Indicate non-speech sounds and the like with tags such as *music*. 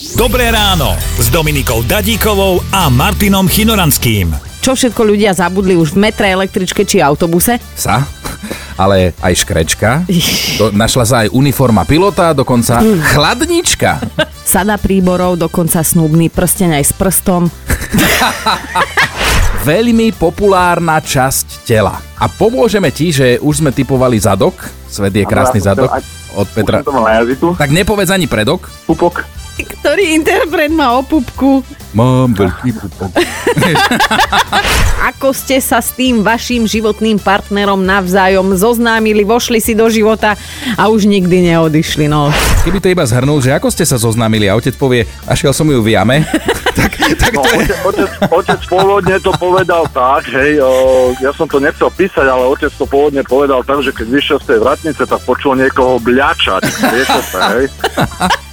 Dobré ráno s Dominikou Dadíkovou a Martinom Chinoranským. Čo všetko ľudia zabudli už v metre, električke či autobuse? psa, *laughs* ale aj škrečka. Do, našla sa aj uniforma pilota, dokonca chladnička. *laughs* Sada príborov, dokonca snúbny prsteň aj s prstom. Veľmi populárna časť tela. A pomôžeme ti, že už sme typovali zadok. Svet je krásny zadok Áno, ja som chcel- od Petra. Už som to mal na jazyku. Tak nepovedz ani predok. Pupok. Ktorý interpret má opupku? Mám veľký pupok. Ako ste sa s tým vašim životným partnerom navzájom zoznámili, vošli si do života a už nikdy neodišli, no. Keby to iba zhrnul, že ako ste sa zoznámili a otec povie, a šiel som ju v jame, tak, tak No, to je... otec, otec, otec pôvodne to povedal tak, hej, o, ja som to nechcel písať, ale otec to pôvodne povedal tak, že keď vyšiel z tej vratnice, tak počul niekoho bľačať. Viete sa, *laughs* hej.